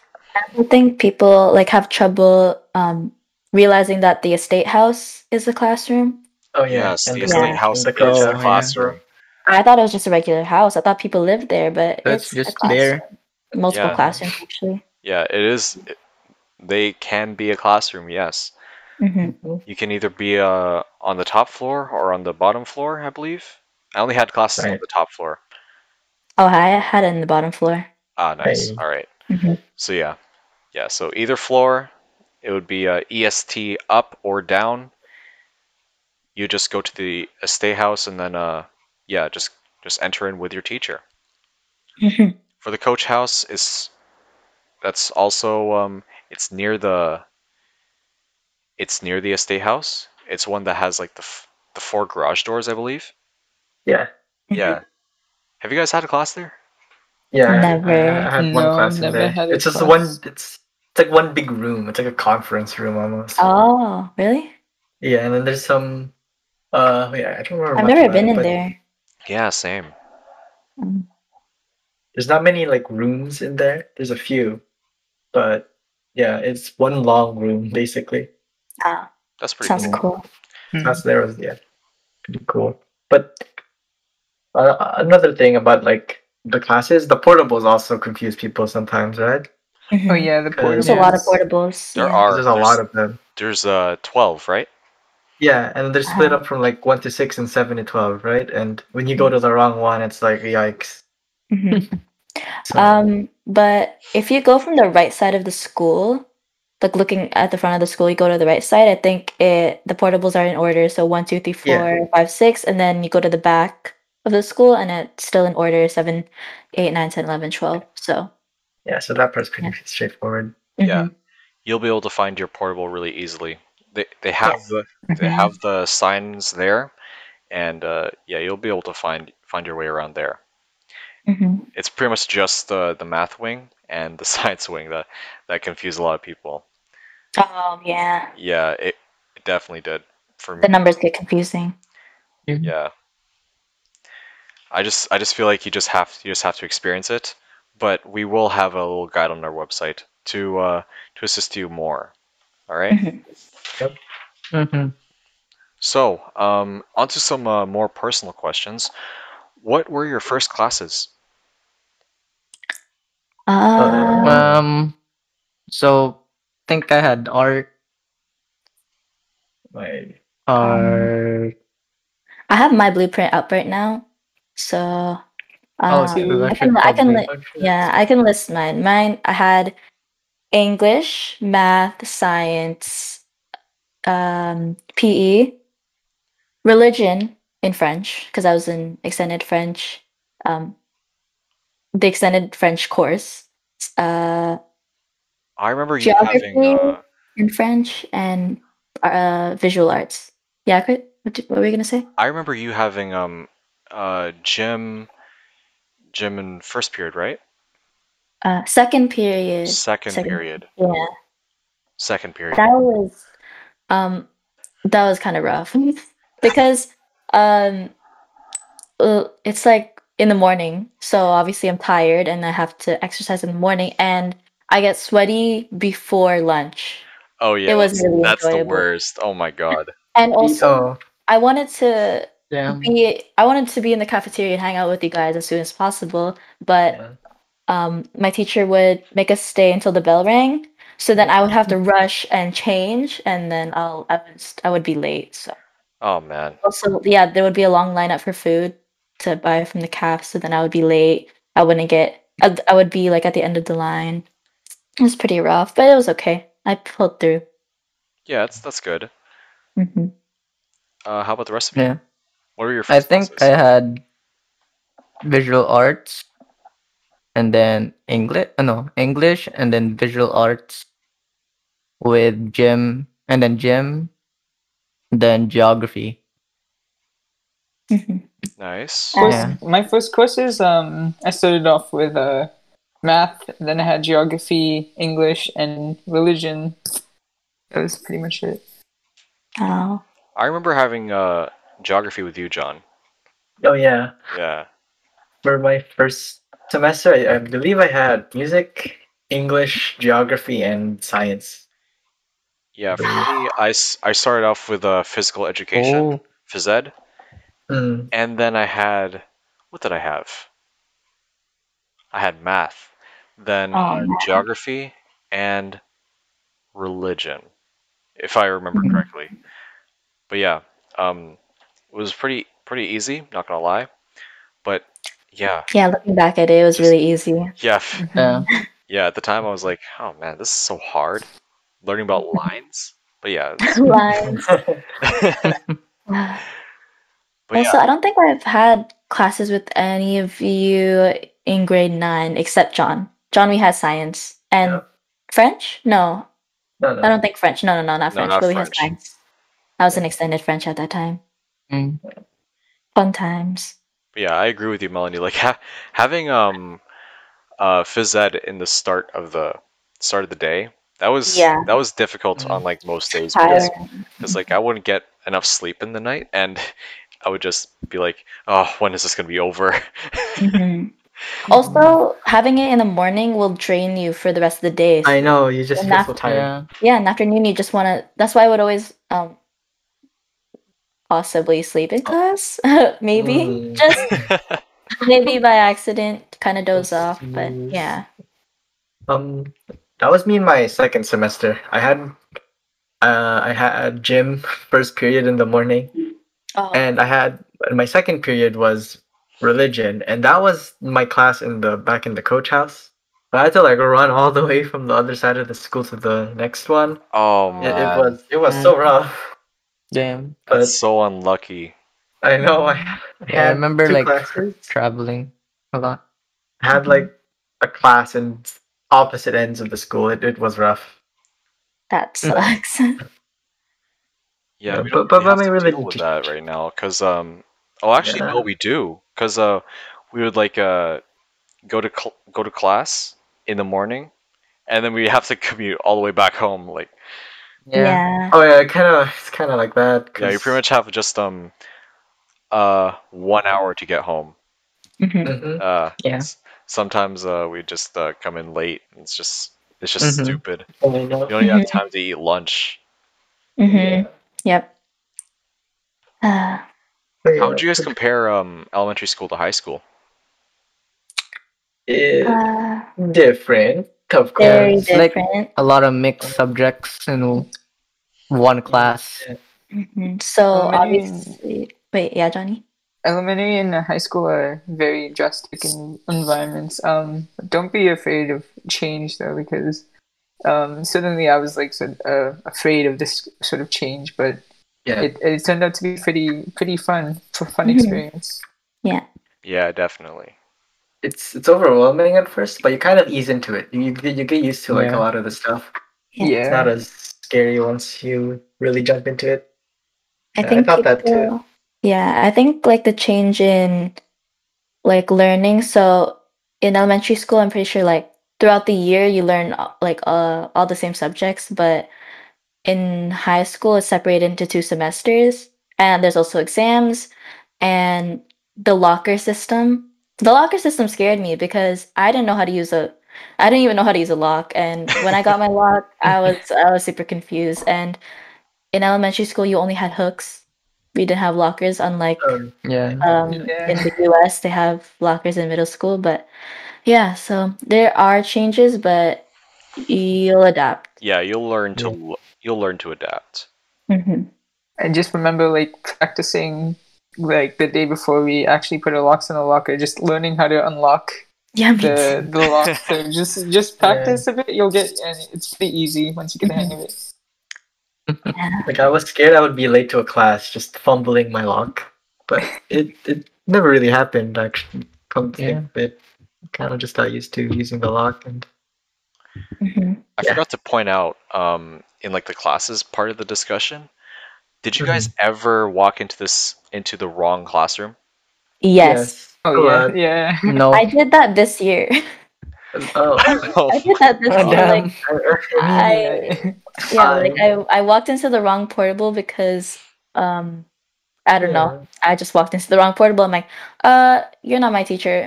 Speaker 2: I think people like have trouble um, realizing that the estate house is a classroom.
Speaker 3: Oh yeah.
Speaker 1: Yes,
Speaker 3: and
Speaker 1: the
Speaker 3: the-
Speaker 1: estate
Speaker 2: Yeah.
Speaker 1: house
Speaker 3: and the oh,
Speaker 1: is the
Speaker 3: coach
Speaker 4: yeah.
Speaker 1: classroom.
Speaker 2: I thought it was just a regular house. I thought people lived there, but
Speaker 4: So
Speaker 2: it's
Speaker 4: it's
Speaker 2: a
Speaker 4: just
Speaker 2: classroom.
Speaker 4: there.
Speaker 2: Multiple
Speaker 1: Yeah.
Speaker 2: classrooms actually.
Speaker 1: Yeah, it is. it- they can be a classroom. Yes,
Speaker 2: hmm
Speaker 1: you can either be uh, on the top floor or on the bottom floor. I believe. I only had classes on
Speaker 3: Right.
Speaker 1: the top floor.
Speaker 2: Oh, I had it in the bottom floor.
Speaker 1: Ah, nice.
Speaker 3: Right. Mm-hmm.
Speaker 1: All right.
Speaker 2: Mhm.
Speaker 1: So yeah, yeah. So either floor, it would be uh, EST up or down. You just go to the estate house and then uh, yeah, just just enter in with your teacher.
Speaker 2: Mhm.
Speaker 1: For the coach house is that's also um, it's near the it's near the estate house. It's one that has like the f- the four garage doors, I believe.
Speaker 3: Yeah. Mm-hmm.
Speaker 1: Yeah. Have you guys had a class there?
Speaker 3: Yeah. I-
Speaker 2: Never.
Speaker 3: I, I had one
Speaker 5: No,
Speaker 3: class in
Speaker 5: never
Speaker 3: there.
Speaker 5: had a
Speaker 3: It's just
Speaker 5: class.
Speaker 3: one. It's it's like one big room. It's like a conference room almost.
Speaker 2: Oh, really?
Speaker 3: Yeah, and then there's some. Uh, yeah, I don't remember.
Speaker 2: I've
Speaker 3: much
Speaker 2: never
Speaker 3: about
Speaker 2: been
Speaker 3: it,
Speaker 2: in
Speaker 3: but
Speaker 2: there.
Speaker 1: Yeah, same.
Speaker 2: Um,
Speaker 3: There's not many like rooms in there. There's a few, but yeah, it's one long room basically.
Speaker 2: ah,
Speaker 1: That's pretty
Speaker 2: sounds
Speaker 1: cool.
Speaker 2: cool.
Speaker 3: That's there was yeah, pretty cool. But uh, another thing about like the classes, the portables also confuse people sometimes, right?
Speaker 2: Mhm.
Speaker 5: Oh yeah, the portables.
Speaker 2: There's a lot of portables.
Speaker 1: There
Speaker 2: yeah.
Speaker 1: are
Speaker 3: 'Cause There's a lot of them.
Speaker 1: There's uh 12, right?
Speaker 3: Yeah, and they're split
Speaker 2: Uh-huh.
Speaker 3: up from like one to six and seven to twelve, right? And when you
Speaker 2: Mm.
Speaker 3: go to the wrong one, it's like yikes.
Speaker 2: Mhm.
Speaker 3: So
Speaker 2: Um, but if you go from the right side of the school, like looking at the front of the school, you go to the right side. I think it the portables are in order. So one, two, three,
Speaker 3: Yeah.
Speaker 2: four, five, six, and then you go to the back of the school, and it's still in order 7, 8, 9, 10, 11, 12. So,
Speaker 3: Yeah, so that part's pretty straightforward.
Speaker 1: Yeah.
Speaker 2: mhm.
Speaker 1: You'll be able to find your portable really easily. They they have the they
Speaker 2: Mm-hmm.
Speaker 5: Mhm.
Speaker 1: have the signs there, and uh, yeah, you'll be able to find find your way around there.
Speaker 2: Mhm.
Speaker 1: It's pretty much just the the math wing and the science wing that that confuse a lot of people.
Speaker 2: Um, yeah.
Speaker 1: Yeah, it, it definitely did for me.
Speaker 2: The numbers get confusing.
Speaker 1: Yeah. I just I just feel like you just have you just have to experience it, but we will have a little guide on our website to uh, to assist you more. All right?
Speaker 2: Mhm.
Speaker 4: Mm-hmm.
Speaker 1: So, um, on to some uh, more personal questions. What were your first classes?
Speaker 2: Uh,
Speaker 4: Um, so think I had art,
Speaker 3: Like,
Speaker 4: art.
Speaker 2: I have my blueprint up right now. So, uh,
Speaker 4: oh, so
Speaker 5: um,
Speaker 4: I
Speaker 2: I
Speaker 4: should
Speaker 2: can, I can,
Speaker 4: probably-
Speaker 2: li- yeah, I can list mine. Mine, I had English, math, science, um, PE, religion in French, because I was in extended French, um, the extended French course uh,
Speaker 1: I remember you having
Speaker 2: Geography.
Speaker 1: uh,
Speaker 2: in French and uh, visual arts. Yeah, Chris, what, d- what were you going to say?
Speaker 1: I remember you having um uh gym gym in first period, right?
Speaker 2: Uh, second period.
Speaker 1: Second,
Speaker 2: Second.
Speaker 1: period.
Speaker 2: Yeah.
Speaker 1: Second period.
Speaker 2: that was um that was kind of rough because um uh, it's like in the morning so obviously i'm tired and i have to exercise in the morning and i get sweaty before lunch
Speaker 1: oh yeah.
Speaker 2: was
Speaker 1: that's-
Speaker 2: really
Speaker 1: that's the
Speaker 2: enjoyable.
Speaker 1: worst. Oh my god.
Speaker 2: and also
Speaker 4: Oh,
Speaker 2: i wanted to
Speaker 4: damn.
Speaker 2: be i wanted to be in the cafeteria and hang out with you guys as soon as possible but
Speaker 3: E yeah.
Speaker 2: um, my teacher would make us stay until the bell rang. So then I would have to rush and change, and then I'll I would, st- I would be late. So
Speaker 1: Oh man.
Speaker 2: also yeah, there would be a long lineup for food to buy from the calf. So then I would be late. I wouldn't get. I, I would be like at the end of the line. It was pretty rough, but it was okay. I pulled through.
Speaker 1: Yeah, that's that's good.
Speaker 2: hmm
Speaker 1: Uh, how about the rest of you?
Speaker 4: Yeah,
Speaker 1: What were your
Speaker 4: I
Speaker 1: first
Speaker 4: think I
Speaker 1: classes?
Speaker 4: had visual arts, and then English. No, English, and then visual arts with gym, and then gym, then geography.
Speaker 2: hmm
Speaker 1: Nice.
Speaker 2: Uh,
Speaker 5: First, my first courses, um, I started off with uh, math, then I had geography, English, and religion. That was pretty much it.
Speaker 2: Oh,
Speaker 1: I remember having uh geography with you, John.
Speaker 3: Oh yeah.
Speaker 1: Yeah.
Speaker 3: For my first semester, I, I believe I had music, English, geography, and science.
Speaker 1: Yeah, for me, I, s- I started off with uh, physical education,
Speaker 4: Oh,
Speaker 1: phys ed,
Speaker 3: Mm.
Speaker 1: and then I had, what did I have? I had math, then
Speaker 2: Oh,
Speaker 1: uh,
Speaker 2: no.
Speaker 1: geography, and religion, if I remember
Speaker 2: Mhm.
Speaker 1: correctly. But yeah, um, it was pretty pretty easy, not gonna lie. But yeah,
Speaker 2: yeah. Looking back at it, it was really easy.
Speaker 1: yeah, f-
Speaker 4: yeah.
Speaker 1: yeah. At the time, I was like, oh man, this is so hard, learning about lines. But yeah,
Speaker 2: Lines.
Speaker 1: but yeah,
Speaker 2: also, I don't think I've had classes with any of you in grade nine except John. John, we had science and
Speaker 3: Yeah.
Speaker 2: French. No,
Speaker 3: no, no.
Speaker 2: I don't think French. No, no, no, not
Speaker 1: No,
Speaker 2: French.
Speaker 1: not
Speaker 2: but we had
Speaker 1: French.
Speaker 2: science. I was in extended French at that time.
Speaker 4: Mm.
Speaker 2: Fun times.
Speaker 1: But yeah, I agree with you, Melanie. Like ha- having um uh phys ed in the start of the start of the day, that was
Speaker 2: Yeah.
Speaker 1: that was difficult on like most days because,
Speaker 2: Tired.
Speaker 1: because like I wouldn't get enough sleep in the night and I would just be like, oh, when is this gonna be over?
Speaker 2: Mhm. Also, having it in the morning will drain you for the rest of the day.
Speaker 3: I know you just feel so
Speaker 2: Enough.
Speaker 3: tired.
Speaker 4: Yeah.
Speaker 2: yeah, in afternoon you just want to. That's why I would always um possibly sleep in class, maybe
Speaker 3: Mm.
Speaker 2: just maybe by accident kind of doze off but
Speaker 3: Yes.
Speaker 2: yeah
Speaker 3: Um, that was me in my second semester. I had, uh, I had gym first period in the morning,
Speaker 2: oh
Speaker 3: and I had my second period was religion, and that was my class in the back in the coach house. I had to like run all the way from the other side of the school to the next one.
Speaker 1: oh
Speaker 3: It,
Speaker 1: man,
Speaker 3: it was it was so rough,
Speaker 4: Damn.
Speaker 1: that's
Speaker 3: but
Speaker 1: so unlucky.
Speaker 3: I know. I had
Speaker 4: Yeah, I remember
Speaker 3: two
Speaker 4: like
Speaker 3: classes.
Speaker 4: traveling a lot.
Speaker 3: I had like a class in opposite ends of the school. It, it was rough.
Speaker 2: That sucks.
Speaker 1: Yeah,
Speaker 3: Yeah,
Speaker 1: we
Speaker 3: but-
Speaker 1: don't
Speaker 3: but-
Speaker 1: really
Speaker 3: but
Speaker 1: have to
Speaker 3: I mean, really
Speaker 1: deal with
Speaker 3: ju-
Speaker 1: that right now, cause um, oh, actually no,
Speaker 3: Yeah.
Speaker 1: we do, cause uh, we would like uh, go to cl- go to class in the morning, and then we have to commute all the way back home. Like,
Speaker 4: Yeah.
Speaker 3: Oh yeah, kind of. It's kind of like that.
Speaker 1: yeah, you
Speaker 3: 'cause-
Speaker 1: pretty much have just um, uh, one hour to get home.
Speaker 2: Mhm.
Speaker 3: Mhm.
Speaker 1: Uh,
Speaker 4: Yeah.
Speaker 1: s- Sometimes uh, we just uh, come in late. and It's just it's just
Speaker 4: Mhm.
Speaker 1: stupid.
Speaker 3: Oh, I know.
Speaker 1: You don't even have
Speaker 2: Mhm.
Speaker 1: time to eat lunch.
Speaker 2: Mhm. Yep. Uh,
Speaker 3: Yeah.
Speaker 1: How would you guys compare um elementary school to high school?
Speaker 3: It's
Speaker 2: uh,
Speaker 3: different, of
Speaker 2: very
Speaker 3: course.
Speaker 4: Yeah. like-
Speaker 2: different.
Speaker 4: A lot of mixed subjects in one class.
Speaker 2: Mhm. So
Speaker 3: Oh,
Speaker 5: How many-
Speaker 2: obviously, wait, yeah, Johnny.
Speaker 5: elementary and high school are very drastic in environments. Um, don't be afraid of change though, because um, suddenly I was like sort uh, afraid of this sort of change, but
Speaker 3: Yeah.
Speaker 5: it, it turned out to be pretty pretty fun for fun
Speaker 2: Mhm.
Speaker 5: experience.
Speaker 1: Yeah, definitely.
Speaker 3: it's it's overwhelming at first, but you kind of ease into it. You you, get- you get used to like
Speaker 4: Yeah.
Speaker 3: a lot of the stuff.
Speaker 2: Yeah.
Speaker 5: Yeah,
Speaker 3: It's not as scary once you really jump into it.
Speaker 2: I
Speaker 3: Yeah, I
Speaker 2: think
Speaker 3: thought that too.
Speaker 2: people- Yeah, I think like the change in like learning. So in elementary school, I'm pretty sure like throughout the year you learn uh, like uh, all the same subjects, but in high school it's separated into two semesters, and there's also exams and the locker system. The locker system scared me because I didn't know how to use a I didn't even know how to use a lock, and when I got my lock, I was I was super confused. And in elementary school, you only had hooks. We didn't have lockers, unlike
Speaker 3: Um,
Speaker 4: Yeah.
Speaker 2: um,
Speaker 5: Yeah.
Speaker 2: in the US, they have lockers in middle school. But yeah, so there are changes, but you'll adapt.
Speaker 1: Yeah, you'll learn to you'll learn to adapt.
Speaker 2: Mhm.
Speaker 5: I just remember like practicing like the day before we actually put our locks in the locker, just learning how to unlock
Speaker 2: Yeah, me too.
Speaker 5: the the lock. So just just practice a bit, you'll get and it's pretty easy once you get the hang of it.
Speaker 3: like I was scared I would be late to a class, just fumbling my lock. But it it never really happened. Actually, come to
Speaker 4: Yeah.
Speaker 3: think of it, kind of just got used to using the lock and
Speaker 2: Mhm.
Speaker 1: I
Speaker 3: Yeah.
Speaker 1: forgot to point out um, in like the classes part of the discussion. Did you guys ever walk into this into the wrong classroom?
Speaker 2: Yes.
Speaker 5: Oh
Speaker 3: Oh,
Speaker 5: yeah,
Speaker 3: uh,
Speaker 5: yeah.
Speaker 4: No.
Speaker 2: I did that this year.
Speaker 3: Yes. Oh.
Speaker 2: I did that this
Speaker 4: Oh,
Speaker 2: year. Like,
Speaker 4: damn.
Speaker 2: I, yeah, like I, I walked into the wrong portable because um I don't know. I just walked into the wrong portable. I'm like, uh, you're not my teacher.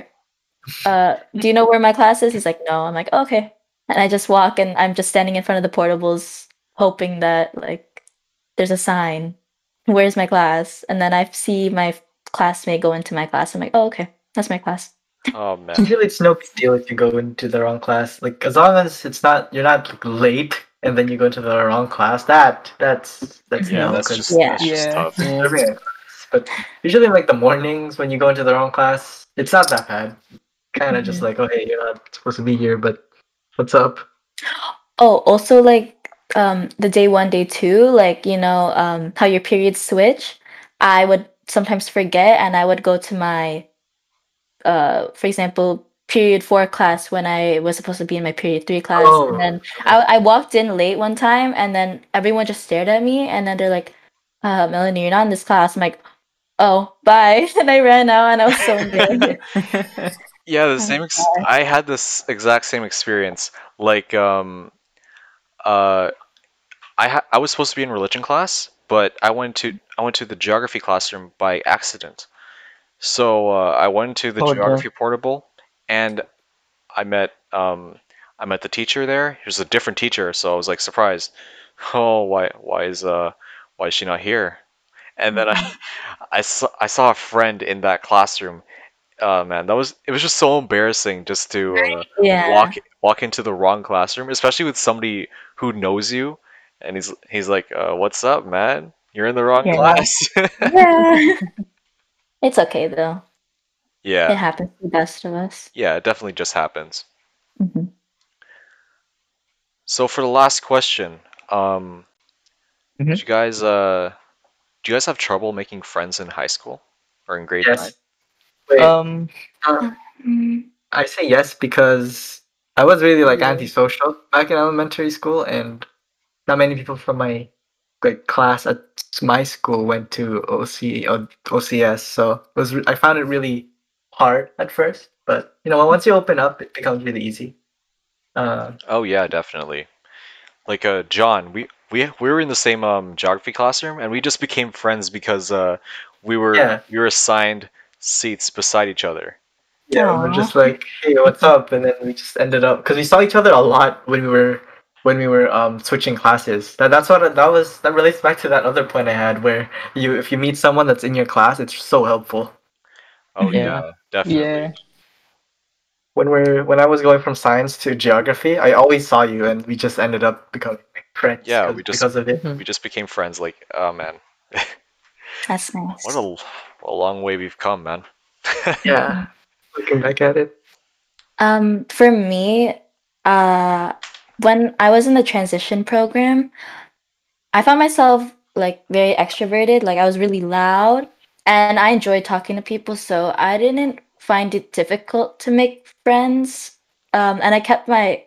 Speaker 2: Uh, do you know where my class is? He's like, no. I'm like, okay. And I just walk and I'm just standing in front of the portables, hoping that like there's a sign. Where's my class? And then I see my classmate go into my class. I'm like, oh, okay, that's my class.
Speaker 1: oh man.
Speaker 3: Usually it's no big deal if you go into the wrong class. Like as long as it's not you're not like, late and then you go into the wrong class. That that's that's
Speaker 1: Yeah,
Speaker 3: no,
Speaker 1: that's
Speaker 3: 'cause
Speaker 1: just
Speaker 2: Yeah.
Speaker 1: that's just
Speaker 5: Yeah.
Speaker 1: tough.
Speaker 4: Yeah.
Speaker 3: every other class. But usually like the mornings when you go into the wrong class, it's not that bad. Kind of
Speaker 1: Mm-hmm.
Speaker 3: just like oh hey you're not supposed to be here, but what's up?
Speaker 2: Oh, also like um the day one, day two, like you know, um how your periods switch. I would sometimes forget and I would go to my uh for example, period four class when I was supposed to be in my period three class.
Speaker 3: Oh.
Speaker 2: And then I I walked in late one time and then everyone just stared at me and then they're like, uh Melanie, you're not in this class. I'm like, Oh, bye. And I ran out and I was so embarrassed.
Speaker 1: Yeah, the
Speaker 2: Oh,
Speaker 1: same. Ex- I had this exact same experience. Like, um, uh, I ha- I was supposed to be in religion class, but I went to I went to the geography classroom by accident. So uh, I went to the
Speaker 4: Oh, dear.
Speaker 1: geography portable, and I met um, I met the teacher there. He was a different teacher, so I was like surprised. Oh, why why is uh why is she not here? And then
Speaker 4: Mm.
Speaker 1: I I saw I saw a friend in that classroom. Uh, man, that was it was just so embarrassing just to uh,
Speaker 2: Yeah.
Speaker 1: walk walk into the wrong classroom, especially with somebody who knows you, and he's he's like, uh, "What's up, man? You're in the wrong
Speaker 2: Yeah.
Speaker 1: class."
Speaker 2: yeah. It's okay though. It
Speaker 1: yeah,
Speaker 2: happens to the best of us.
Speaker 1: yeah, it definitely just happens.
Speaker 2: Mhm.
Speaker 1: So for the last question, um,
Speaker 4: Mhm.
Speaker 2: Mm-hmm.
Speaker 1: did you guys uh, do you guys have trouble making friends in high school or in grade nine?
Speaker 3: Yes. Wait,
Speaker 4: Um,
Speaker 2: Mm,
Speaker 3: I say yes because I was really like
Speaker 5: Yeah.
Speaker 3: antisocial back in elementary school, and not many people from my like class at my school went to uh, OC or OCS, so it was re- I found it really hard at first, but you know once you open up, it becomes really easy. Uh,
Speaker 1: Oh yeah, definitely. Like uh, John, we we we were in the same um geography classroom, and we just became friends because uh we were
Speaker 3: Yeah.
Speaker 1: we were assigned seats beside each other.
Speaker 3: yeah, we
Speaker 2: Aw.
Speaker 3: we're just like, hey, what's up? And then we just ended up because we saw each other a lot when we were when we were um, switching classes. That that's what that was. That relates back to that other point I had where you if you meet someone that's in your class, it's so helpful.
Speaker 1: Oh yeah,
Speaker 4: Yeah.
Speaker 1: definitely.
Speaker 5: Yeah.
Speaker 3: When we're when I was going from science to geography, I always saw you, and we just ended up becoming friends.
Speaker 1: Yeah,
Speaker 3: 'cause-
Speaker 1: we just-
Speaker 3: because of it.
Speaker 1: We just became friends. Like, oh man,
Speaker 2: That's nice.
Speaker 1: what a, a long way we've come, man.
Speaker 3: Yeah, looking back at it.
Speaker 2: Um, for me, uh, when I was in the transition program, I found myself like very extroverted. Like I was really loud, and I enjoyed talking to people, so I didn't find it difficult to make friends. Um, and I kept my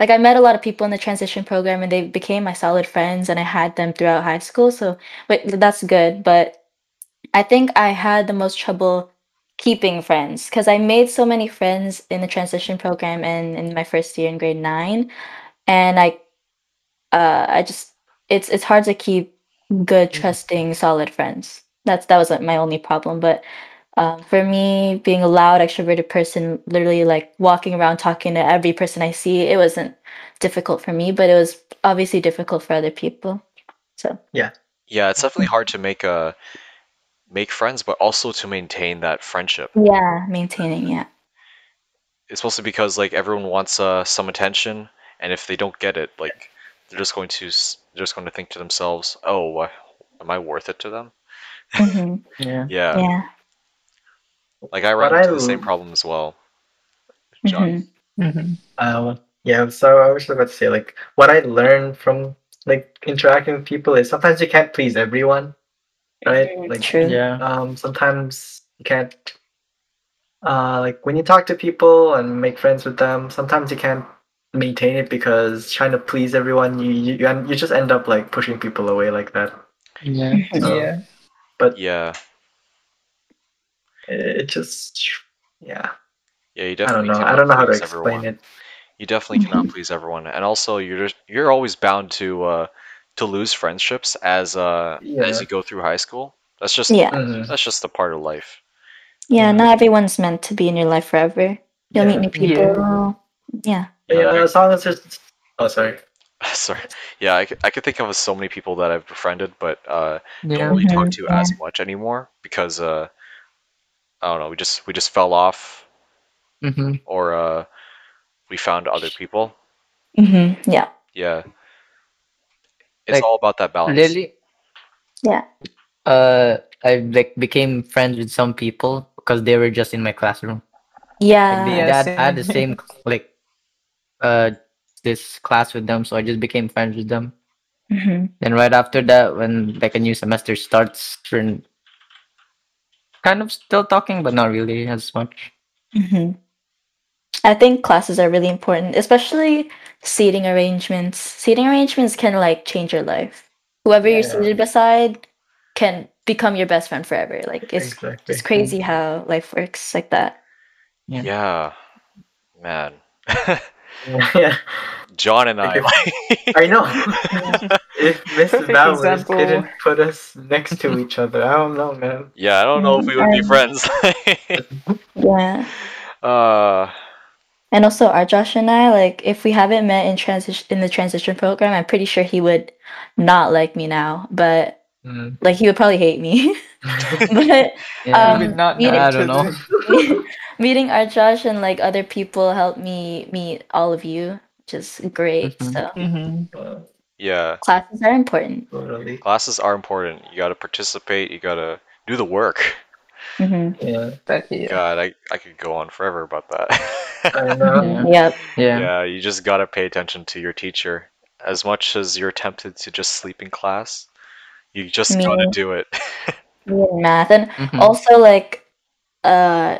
Speaker 2: like I met a lot of people in the transition program, and they became my solid friends, and I had them throughout high school. So, but that's good. But I think I had the most trouble keeping friends because I made so many friends in the transition program and in my first year in grade nine, and I, uh, I just it's it's hard to keep good, trusting, solid friends. That's that was like, my only problem. But um, for me, being a loud, extroverted person, literally like walking around talking to every person I see, it wasn't difficult for me, but it was obviously difficult for other people. So
Speaker 1: Yeah, it's definitely hard to make uh make friends, but also to maintain that friendship.
Speaker 2: yeah, maintaining yeah.
Speaker 1: It's mostly because like everyone wants uh some attention, and if they don't get it, like they're just going to s- they're just going to think to themselves, oh, uh, am I worth it to them?
Speaker 2: Mhm.
Speaker 4: yeah.
Speaker 1: Yeah,
Speaker 2: yeah.
Speaker 1: like I
Speaker 3: What
Speaker 1: ran into the
Speaker 3: I-
Speaker 1: same problem as well. John,
Speaker 2: Mhm.
Speaker 5: hmm
Speaker 3: Um, yeah, so I was about to say like what I learned from like interacting with people is sometimes you can't please everyone, right? Like
Speaker 2: True.
Speaker 4: Yeah.
Speaker 3: um sometimes you can't uh like when you talk to people and make friends with them sometimes you can't maintain it because trying to please everyone you you, you end- you just end up like pushing people away like that
Speaker 4: Yeah.
Speaker 3: So,
Speaker 5: Yeah.
Speaker 3: but
Speaker 1: yeah,
Speaker 3: it, it just yeah
Speaker 1: yeah, you
Speaker 3: i don't
Speaker 1: definitely.
Speaker 3: know
Speaker 1: cannot
Speaker 3: i don't know how to
Speaker 1: please
Speaker 3: explain
Speaker 1: everyone.
Speaker 3: it
Speaker 1: You definitely cannot please everyone, and also you're just, you're always bound to uh, to lose friendships as uh, as
Speaker 3: Yeah.
Speaker 1: you go through high school. That's just
Speaker 2: Yeah.
Speaker 3: Mhm.
Speaker 1: that's just the part of life.
Speaker 2: Yeah,
Speaker 4: Yeah.
Speaker 2: not everyone's meant to be in your life forever. You'll
Speaker 3: Yeah.
Speaker 2: meet new people. Yeah.
Speaker 3: But,
Speaker 1: Yeah,
Speaker 3: yeah
Speaker 1: I-
Speaker 3: as long as there's oh sorry
Speaker 1: Sorry, yeah, I, c- I could think of so many people that I've befriended, but uh, don't
Speaker 4: Yeah.
Speaker 1: really talk
Speaker 2: Mhm,
Speaker 1: to as much anymore because uh, I don't know. We just we just fell off,
Speaker 4: Mm-hmm.
Speaker 1: or uh, we found other people.
Speaker 2: hmm Yeah.
Speaker 1: Yeah, it's
Speaker 4: Like,
Speaker 1: all about that balance.
Speaker 4: Lily.
Speaker 2: Yeah.
Speaker 4: Uh, I like became friends with some people because they were just in my classroom. Like,
Speaker 2: Yeah.
Speaker 4: they,
Speaker 5: Yeah,
Speaker 4: they had, I had the
Speaker 5: same.
Speaker 4: same like, uh, this class with them, so I just became friends with them.
Speaker 2: Mhm.
Speaker 4: Then right after that, when like a new semester starts, we're kind of still talking, but not really as much.
Speaker 2: Mhm. I think classes are really important, especially seating arrangements. Seating arrangements can like change your life. Whoever you're
Speaker 3: Yeah.
Speaker 2: seated beside can become your best friend forever. Like it's
Speaker 3: exactly
Speaker 2: it's crazy how life works like that.
Speaker 4: Yeah.
Speaker 1: Yeah, man,
Speaker 3: yeah
Speaker 1: John and I.
Speaker 3: Like, i know if mrs
Speaker 5: Perfect
Speaker 3: bowers
Speaker 5: example.
Speaker 3: didn't put us next to each other i don't know man
Speaker 1: Yeah, I don't know if we would be
Speaker 2: Um,
Speaker 1: friends.
Speaker 2: Yeah.
Speaker 1: uh,
Speaker 2: And also, our Josh and I, like, if we haven't met in transition in the transition program, I'm pretty sure he would not like me now. But
Speaker 3: Mm.
Speaker 2: like, he would probably hate me. but
Speaker 4: Yeah.
Speaker 2: Um,
Speaker 5: Would not
Speaker 2: you
Speaker 5: know
Speaker 4: I
Speaker 5: each
Speaker 4: don't know.
Speaker 5: other.
Speaker 2: meeting our Josh and like other people helped me meet all of you, which is great.
Speaker 4: Mhm.
Speaker 2: So
Speaker 5: Mhm.
Speaker 3: Uh,
Speaker 1: yeah,
Speaker 2: classes are important.
Speaker 3: totally
Speaker 1: classes are important. You gotta participate. You gotta do the work.
Speaker 2: hmm
Speaker 3: yeah
Speaker 5: But yeah.
Speaker 1: God, I, I could go on forever about that.
Speaker 3: i know
Speaker 4: Yeah.
Speaker 2: Yep.
Speaker 4: Yeah.
Speaker 1: yeah, you just gotta pay attention to your teacher. As much as you're tempted to just sleep in class, You just
Speaker 2: Me.
Speaker 1: gotta do it.
Speaker 2: Yeah, math and
Speaker 4: Mhm.
Speaker 2: also like uh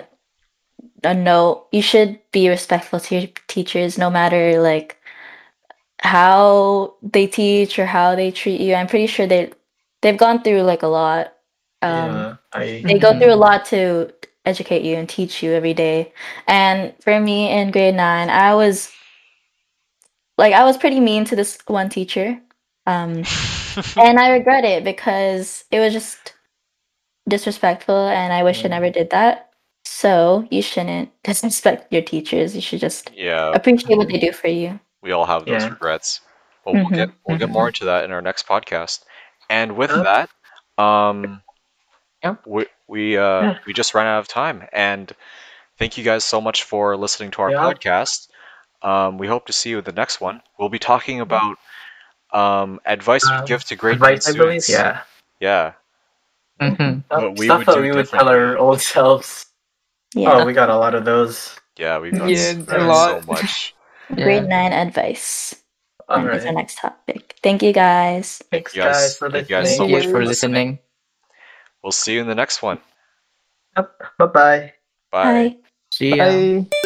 Speaker 2: a note you should be respectful to your teachers no matter like how they teach or how they treat you i'm pretty sure they they've gone through like a lot um
Speaker 3: yeah, I
Speaker 2: they go through a lot to educate you and teach you every day. And for me in grade nine, I was like I was pretty mean to this one teacher. Um and I regret it because it was just disrespectful and I wish I
Speaker 3: Mm.
Speaker 2: never did that. So you shouldn't disrespect your teachers. You should just
Speaker 1: yeah,
Speaker 2: appreciate what they do for you.
Speaker 1: we all have those
Speaker 3: Yeah. Mm-hmm,
Speaker 1: regrets. But we'll get we'll get more into that in our next podcast. And with
Speaker 3: Yep.
Speaker 1: that, um,
Speaker 4: Yep.
Speaker 1: we we uh,
Speaker 3: Yeah.
Speaker 1: we just ran out of time. And thank you guys so much for listening to our
Speaker 3: Yeah.
Speaker 1: podcast. Um, we hope to see you in the next one. We'll be talking about um, advice we
Speaker 3: Um,
Speaker 1: give to grade
Speaker 3: advice, I
Speaker 1: nine
Speaker 3: believe.
Speaker 1: students.
Speaker 3: Yeah,
Speaker 1: Yeah.
Speaker 4: Mhm.
Speaker 1: What we
Speaker 3: stuff
Speaker 1: would
Speaker 3: that
Speaker 1: do
Speaker 3: we would tell
Speaker 1: differently.
Speaker 3: our old selves.
Speaker 2: Yeah.
Speaker 3: Oh, we got a lot of those.
Speaker 1: Yeah, we've got
Speaker 5: Yeah,
Speaker 1: s-
Speaker 5: a
Speaker 1: so
Speaker 5: lot.
Speaker 1: much.
Speaker 4: Oh, Yeah.
Speaker 2: Grade nine advice
Speaker 3: All
Speaker 2: is our
Speaker 3: right,
Speaker 2: next topic. Thank you guys.
Speaker 3: thanks
Speaker 1: You guys-
Speaker 3: guys for
Speaker 1: you guys
Speaker 3: listening.
Speaker 4: Thank
Speaker 5: so
Speaker 4: you
Speaker 5: much
Speaker 4: for
Speaker 5: for
Speaker 4: listening.
Speaker 1: We'll see you in the next one.
Speaker 3: Bye bye.
Speaker 1: Bye.
Speaker 2: Bye.
Speaker 4: See ya.
Speaker 5: Bye.